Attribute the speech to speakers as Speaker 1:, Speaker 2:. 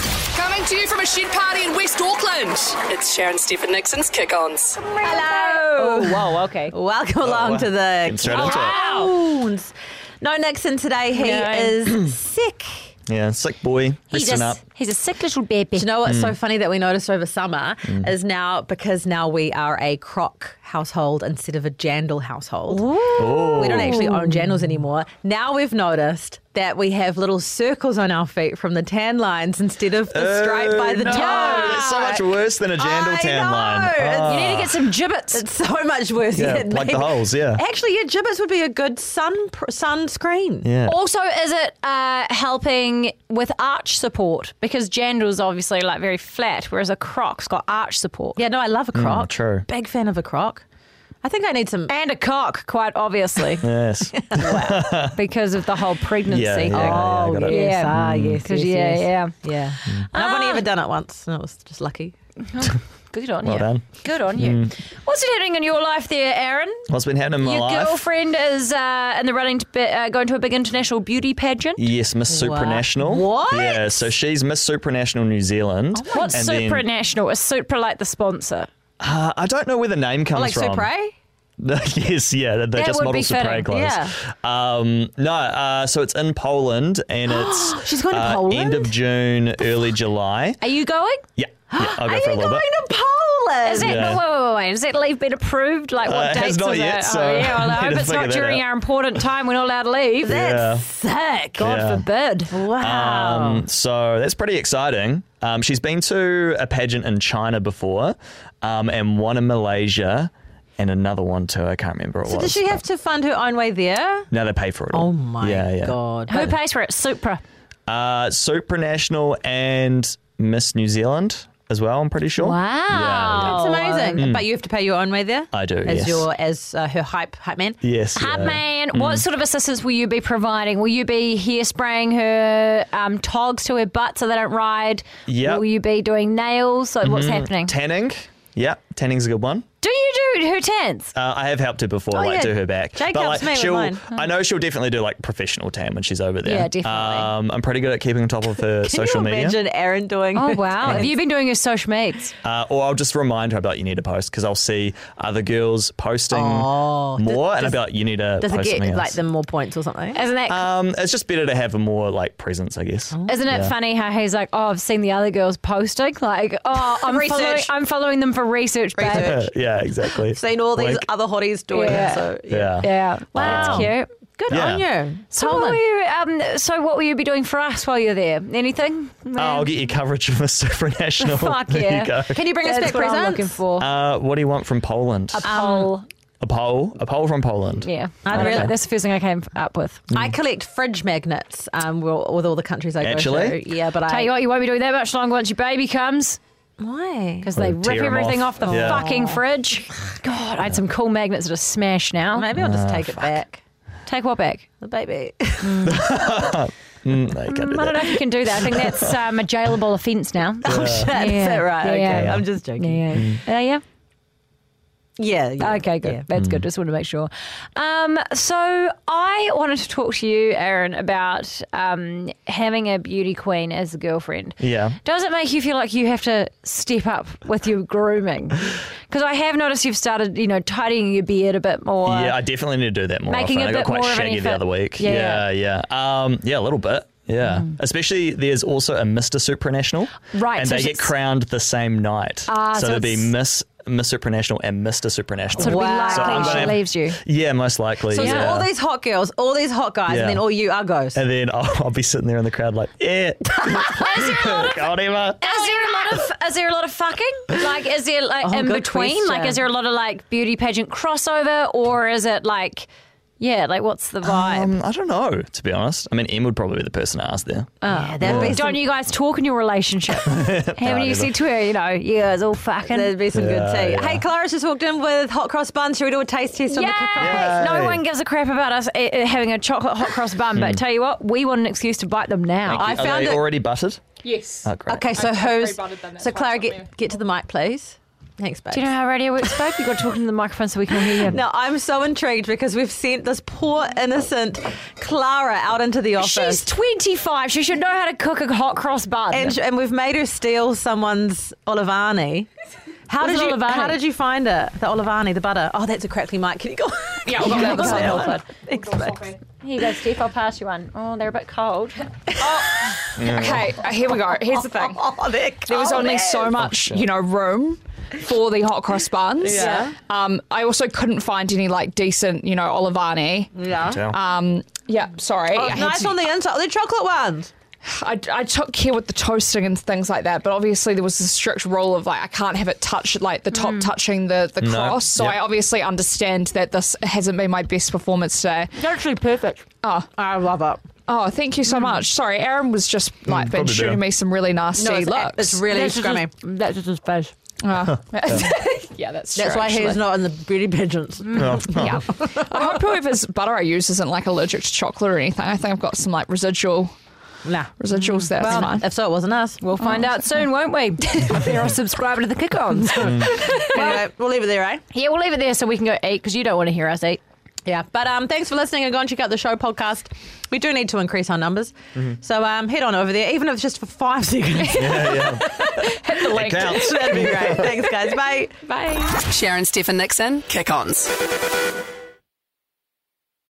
Speaker 1: to you from a shed party in West Auckland. It's Sharon Stephen Nixon's Kick Ons.
Speaker 2: Hello.
Speaker 3: Oh, whoa, okay.
Speaker 2: Welcome along
Speaker 4: Oh, wow.
Speaker 2: to the
Speaker 4: Getting straight into it.
Speaker 2: Clowns. No Nixon today. He
Speaker 3: No.
Speaker 2: is sick.
Speaker 4: Yeah, sick boy. Listen up.
Speaker 3: he's a sick little baby.
Speaker 2: Do you know what's
Speaker 4: Mm.
Speaker 2: so funny that we noticed over summer is now because now we are a croc household instead of a jandal household. We don't actually own jandals anymore. Now we've noticed that we have little circles on our feet from the tan lines instead of the stripe by the
Speaker 4: Oh, no,
Speaker 2: toe.
Speaker 4: It's so much worse than a
Speaker 2: I
Speaker 4: jandal tan
Speaker 2: know.
Speaker 4: line.
Speaker 2: It's-
Speaker 4: Ah.
Speaker 3: You need to get some gibbets.
Speaker 2: It's so much worse.
Speaker 4: Yeah, plug the
Speaker 2: maybe-
Speaker 4: holes, yeah.
Speaker 2: Actually, yeah, gibbets would be a good sun pr- sunscreen.
Speaker 4: yeah.
Speaker 3: Also, is it uh, helping with arch support? Because Jandal's obviously like very flat, whereas a croc's got arch support.
Speaker 2: Yeah, no, I love a croc.
Speaker 4: Mm, true.
Speaker 2: Big fan of a croc. I think I need some.
Speaker 3: And a cock, quite obviously,
Speaker 4: Yes.
Speaker 3: because of the whole pregnancy
Speaker 4: Yeah,
Speaker 3: thing. Oh,
Speaker 4: yeah, yeah, I Mm. got it.
Speaker 2: yes,
Speaker 3: yeah.
Speaker 2: ah, yes, yes,
Speaker 3: 'Cause yeah,
Speaker 2: yes.
Speaker 3: yeah.
Speaker 2: yeah. Ah. I've only ever done it once, and I was just lucky.
Speaker 3: Good on
Speaker 4: Well
Speaker 3: you.
Speaker 4: done.
Speaker 3: Good on you. What's been happening in your life there, Aaron?
Speaker 4: What's been happening in my
Speaker 3: your
Speaker 4: life?
Speaker 3: girlfriend is uh, in the running to be, uh, going to a big international beauty pageant.
Speaker 4: Yes, Miss Supranational.
Speaker 2: What? Oh,
Speaker 4: Yeah, so she's Miss Supranational New Zealand.
Speaker 3: What's
Speaker 4: And then-
Speaker 3: supranational? Is supra like the sponsor?
Speaker 4: Uh, I don't know where the name comes
Speaker 2: Like
Speaker 4: from.
Speaker 2: Supre?
Speaker 4: yes, yeah, they
Speaker 3: That
Speaker 4: just
Speaker 3: would
Speaker 4: model
Speaker 3: be
Speaker 4: Supre
Speaker 3: fitting,
Speaker 4: clothes.
Speaker 3: yeah.
Speaker 4: Um, no, uh, so it's in Poland and it's
Speaker 2: She's going to
Speaker 4: uh,
Speaker 2: Poland?
Speaker 4: end of June, early July.
Speaker 3: Are you going?
Speaker 4: Yeah, yeah I'll go
Speaker 2: Are
Speaker 4: for a
Speaker 2: you
Speaker 4: little
Speaker 2: going
Speaker 4: bit.
Speaker 2: to Poland?
Speaker 3: Is it?
Speaker 4: Yeah.
Speaker 3: Wait, wait, wait, wait. Has that leave been approved? Like what
Speaker 4: Uh, it
Speaker 3: dates
Speaker 4: has not
Speaker 3: is
Speaker 4: yet,
Speaker 3: it?
Speaker 4: so
Speaker 3: oh, yeah, well,
Speaker 4: I need
Speaker 3: I hope
Speaker 4: to
Speaker 3: it's not
Speaker 4: figure that
Speaker 3: during
Speaker 4: out.
Speaker 3: our important time. We're not allowed to leave.
Speaker 2: That's sick.
Speaker 3: God
Speaker 4: Yeah.
Speaker 3: forbid.
Speaker 2: Wow.
Speaker 4: Um, so that's pretty exciting. Um, she's been to a pageant in China before, um, and one in Malaysia, and another one too. I can't remember what it
Speaker 2: so
Speaker 4: was.
Speaker 2: does she have to find her own way there?
Speaker 4: No, they pay for it. All.
Speaker 2: Oh my
Speaker 4: yeah, yeah.
Speaker 2: god.
Speaker 3: Who pays for it? Supra.
Speaker 4: Uh, Supranational and Miss New Zealand as well. I'm pretty sure.
Speaker 3: Wow.
Speaker 2: That's amazing. But you have to pay your own way there.
Speaker 4: Mm. I do,
Speaker 2: As
Speaker 4: yes.
Speaker 2: your as uh, her hype hype man.
Speaker 4: Yes.
Speaker 3: Hard
Speaker 4: yeah.
Speaker 3: man,
Speaker 4: Mm.
Speaker 3: what sort of assistance will you be providing? Will you be hair spraying her um, togs to her butt so they don't ride?
Speaker 4: Yep. Mm-hmm.
Speaker 3: Will you be doing nails? So what's happening?
Speaker 4: Tanning. Yeah, tanning's a good one.
Speaker 3: do you do her tans?
Speaker 4: Uh, I have helped her before, like
Speaker 2: Oh, yeah.
Speaker 4: do her back.
Speaker 2: Jake
Speaker 4: but
Speaker 2: helps
Speaker 4: like,
Speaker 2: me with
Speaker 4: she'll,
Speaker 2: mine.
Speaker 4: I know she'll definitely do like professional tan when she's over there.
Speaker 3: Yeah, definitely.
Speaker 4: Um, I'm pretty good at keeping on top of her
Speaker 2: Can
Speaker 4: social
Speaker 2: you
Speaker 4: media.
Speaker 2: imagine Aaron doing?
Speaker 3: Oh
Speaker 2: her
Speaker 3: wow! Have
Speaker 2: dance?
Speaker 3: you been doing your social meds?
Speaker 4: Uh, or I'll just remind her about you need to post because I'll see other girls posting more, and I'll be like, you need to
Speaker 2: Does it
Speaker 4: post
Speaker 2: get
Speaker 4: something
Speaker 2: like
Speaker 4: else.
Speaker 2: them more points or something?
Speaker 3: Isn't that
Speaker 4: um, it's just better to have a more like presence, I guess.
Speaker 2: Oh.
Speaker 3: Isn't it
Speaker 4: Yeah.
Speaker 3: funny how he's like, oh, I've seen the other girls posting, like, oh, I'm
Speaker 2: Research.
Speaker 3: following, I'm following them for research, babe.
Speaker 4: Yeah, Uh, yeah, exactly.
Speaker 2: Seen all these
Speaker 4: Like,
Speaker 2: other hotties doing
Speaker 3: Yeah.
Speaker 2: it. So
Speaker 4: yeah.
Speaker 3: Yeah,
Speaker 2: Wow.
Speaker 3: wow, that's cute.
Speaker 2: Good
Speaker 4: Yeah.
Speaker 2: on you.
Speaker 3: So what, will you, um, so what will you be doing for us while you're there? Anything?
Speaker 4: Oh, I'll get you coverage of a supranational.
Speaker 3: Fuck
Speaker 4: there
Speaker 3: yeah.
Speaker 4: you go.
Speaker 2: Can you bring us
Speaker 3: That's
Speaker 2: back
Speaker 3: what
Speaker 2: presents?
Speaker 3: I'm looking for.
Speaker 4: Uh, what do you want from Poland? A,
Speaker 3: Poll.
Speaker 4: poll? A poll from Poland.
Speaker 3: yeah,
Speaker 2: I'd
Speaker 3: I don't
Speaker 2: really-
Speaker 3: know. That's the first thing I came up with.
Speaker 4: Mm.
Speaker 2: I collect fridge magnets um, wi- with all the countries I go
Speaker 4: Actually?
Speaker 2: to. Yeah, but I
Speaker 3: Tell you what, you won't be doing that much longer once your baby comes
Speaker 2: why?
Speaker 3: because they
Speaker 4: Or tear
Speaker 3: rip
Speaker 4: 'em
Speaker 3: everything
Speaker 4: off.
Speaker 3: off, the
Speaker 4: Yeah.
Speaker 3: fucking fridge. God, I had some cool magnets that are smashed now.
Speaker 2: Maybe I'll
Speaker 4: Uh,
Speaker 2: just take it back.
Speaker 3: Take what back?
Speaker 2: The baby.
Speaker 4: Mm, no, you can't do
Speaker 3: I don't
Speaker 4: that.
Speaker 3: know if you can do that. I think that's um, a jailable offence now.
Speaker 2: oh shit! Is that right?
Speaker 3: Yeah.
Speaker 2: Okay,
Speaker 3: Yeah.
Speaker 2: I'm just joking.
Speaker 3: Yeah, yeah. Uh, yeah.
Speaker 2: Yeah. yeah.
Speaker 3: Okay, good.
Speaker 2: Yeah.
Speaker 3: That's good. Just want to make sure. Um, so I wanted to talk to you, Aaron, about um, having a beauty queen as a girlfriend.
Speaker 4: Yeah.
Speaker 3: Does it make you feel like you have to step up with your grooming? Because I have noticed you've started, you know, tidying your beard a bit more.
Speaker 4: Yeah, I definitely need to do that more
Speaker 3: Making
Speaker 4: often.
Speaker 3: a
Speaker 4: I got
Speaker 3: bit
Speaker 4: quite
Speaker 3: more of an
Speaker 4: shaggy the
Speaker 3: effort.
Speaker 4: other week.
Speaker 3: Yeah. Mm.
Speaker 4: Yeah, yeah. Yeah, um, yeah a little bit. Yeah. Especially there's also a Mr. Supranational.
Speaker 3: Right,
Speaker 4: And
Speaker 3: so
Speaker 4: they get
Speaker 3: it's-
Speaker 4: crowned the same night.
Speaker 3: Ah, so
Speaker 4: so there'll be
Speaker 3: it's-
Speaker 4: Miss Miss Supranational and Mr. Supranational.
Speaker 3: So it'd
Speaker 2: Wow.
Speaker 3: be
Speaker 2: So I'm
Speaker 3: likely
Speaker 4: gonna
Speaker 3: she
Speaker 4: have-
Speaker 3: leaves you.
Speaker 4: Yeah, most likely.
Speaker 2: So it's
Speaker 4: yeah.
Speaker 2: all these hot girls, all these hot guys,
Speaker 4: Yeah.
Speaker 2: and then all you uggos.
Speaker 4: and then I'll, I'll be sitting there in the crowd like, yeah. Go on, Emma.
Speaker 3: Is there a lot of is there a lot of fucking? Like is there like in
Speaker 2: Oh, good
Speaker 3: between? Like
Speaker 2: question.
Speaker 3: is there a lot of like beauty pageant crossover or is it like yeah, like what's
Speaker 2: Oh,
Speaker 3: the vibe?
Speaker 4: Um, I don't know, to be honest. I mean, Em would probably be the person to ask there.
Speaker 3: Uh,
Speaker 2: yeah, that'd be
Speaker 3: Don't
Speaker 2: some,
Speaker 3: you guys talk in your relationship? Haven't you said to her, you know, you guys all fucking.
Speaker 2: that'd be some good
Speaker 4: Yeah,
Speaker 2: tea.
Speaker 4: yeah.
Speaker 2: Hey, Clara's just walked in with hot cross buns. Should we do a taste test on the cookie?
Speaker 3: Yay! No
Speaker 4: Yay.
Speaker 3: one gives a crap about us eh, eh, having a chocolate hot cross bun,
Speaker 2: Hmm.
Speaker 3: but tell you what, we want an excuse to bite them now.
Speaker 2: I
Speaker 4: Are
Speaker 2: found
Speaker 4: they
Speaker 2: it-
Speaker 4: already buttered?
Speaker 5: Yes.
Speaker 4: Oh, great.
Speaker 2: Okay, so
Speaker 5: I've
Speaker 2: who's?
Speaker 5: pre-buttered them, that's
Speaker 2: So
Speaker 5: why
Speaker 2: Clara,
Speaker 5: it's not
Speaker 2: get get to the mic, please. Thanks, babe.
Speaker 3: Do you know how radio works, babe? You got to talk into the microphone so we can hear you.
Speaker 2: No, I'm so intrigued because we've sent this poor innocent Clara out into the office.
Speaker 3: She's 25. She should know how to cook a hot cross bun.
Speaker 2: and, sh- and we've made her steal someone's Olivani. How
Speaker 3: Was
Speaker 2: did
Speaker 3: it
Speaker 2: you
Speaker 3: Olivani?
Speaker 2: how did you find it? The Olivani, the butter. Oh, that's a crackly mic. Can you go?
Speaker 3: yeah, I'll go
Speaker 2: Can you
Speaker 3: with
Speaker 2: go
Speaker 3: that
Speaker 2: on?
Speaker 3: one.
Speaker 2: Thanks, babe.
Speaker 3: Here you go, Steve. I'll pass you one. Oh, they're a bit cold.
Speaker 5: Okay, uh, here we go. Here's the thing.
Speaker 2: Oh, they're
Speaker 5: There was
Speaker 2: cold.
Speaker 5: only so much, you know, room for the hot cross buns.
Speaker 2: Yeah.
Speaker 5: Um, I also couldn't find any like decent, you know, Olivani.
Speaker 2: Yeah. Oh,
Speaker 4: Tell.
Speaker 5: Um, yeah, sorry. I, had
Speaker 2: Nice
Speaker 5: to-
Speaker 2: on the inside. The chocolate ones.
Speaker 5: I, I took care with the toasting and things like that, but obviously there was a strict rule of like I can't have it touch like the
Speaker 2: Mm.
Speaker 5: top touching the the
Speaker 4: No,
Speaker 5: cross. So
Speaker 4: yep.
Speaker 5: I obviously understand that this hasn't been my best performance today.
Speaker 2: It's actually perfect.
Speaker 5: Oh,
Speaker 2: I love it.
Speaker 5: oh, thank you
Speaker 2: Mm.
Speaker 5: so much. Sorry, Aaron was just like
Speaker 4: Mm,
Speaker 5: been
Speaker 4: probably
Speaker 5: shooting
Speaker 4: do.
Speaker 5: me some really nasty
Speaker 2: No, it's,
Speaker 5: looks.
Speaker 2: it's really scummy.
Speaker 3: That's just his face.
Speaker 5: Oh. yeah, that's true.
Speaker 2: That's why
Speaker 5: actually.
Speaker 2: he's not in the beauty pageants.
Speaker 5: Yeah. I hope whoever's butter I use isn't like allergic to chocolate or anything. I think I've got some like residual
Speaker 2: Nah.
Speaker 5: residuals there.
Speaker 2: Well,
Speaker 5: That's fine.
Speaker 2: if so, it wasn't us.
Speaker 3: We'll find out soon, won't we? They're a subscriber to the kick ons.
Speaker 2: Anyway, we'll leave it there, eh?
Speaker 3: yeah, we'll leave it there so we can go eat because you don't want to hear us eat.
Speaker 2: Yeah, but um, thanks for listening and go and check out the show podcast. We do need to increase our numbers, so um, head on over there, even if it's just for five seconds.
Speaker 4: yeah, yeah. It counts.
Speaker 2: That'd be great. Thanks, guys. Bye.
Speaker 1: Sharon Stephen Nixon, kick ons.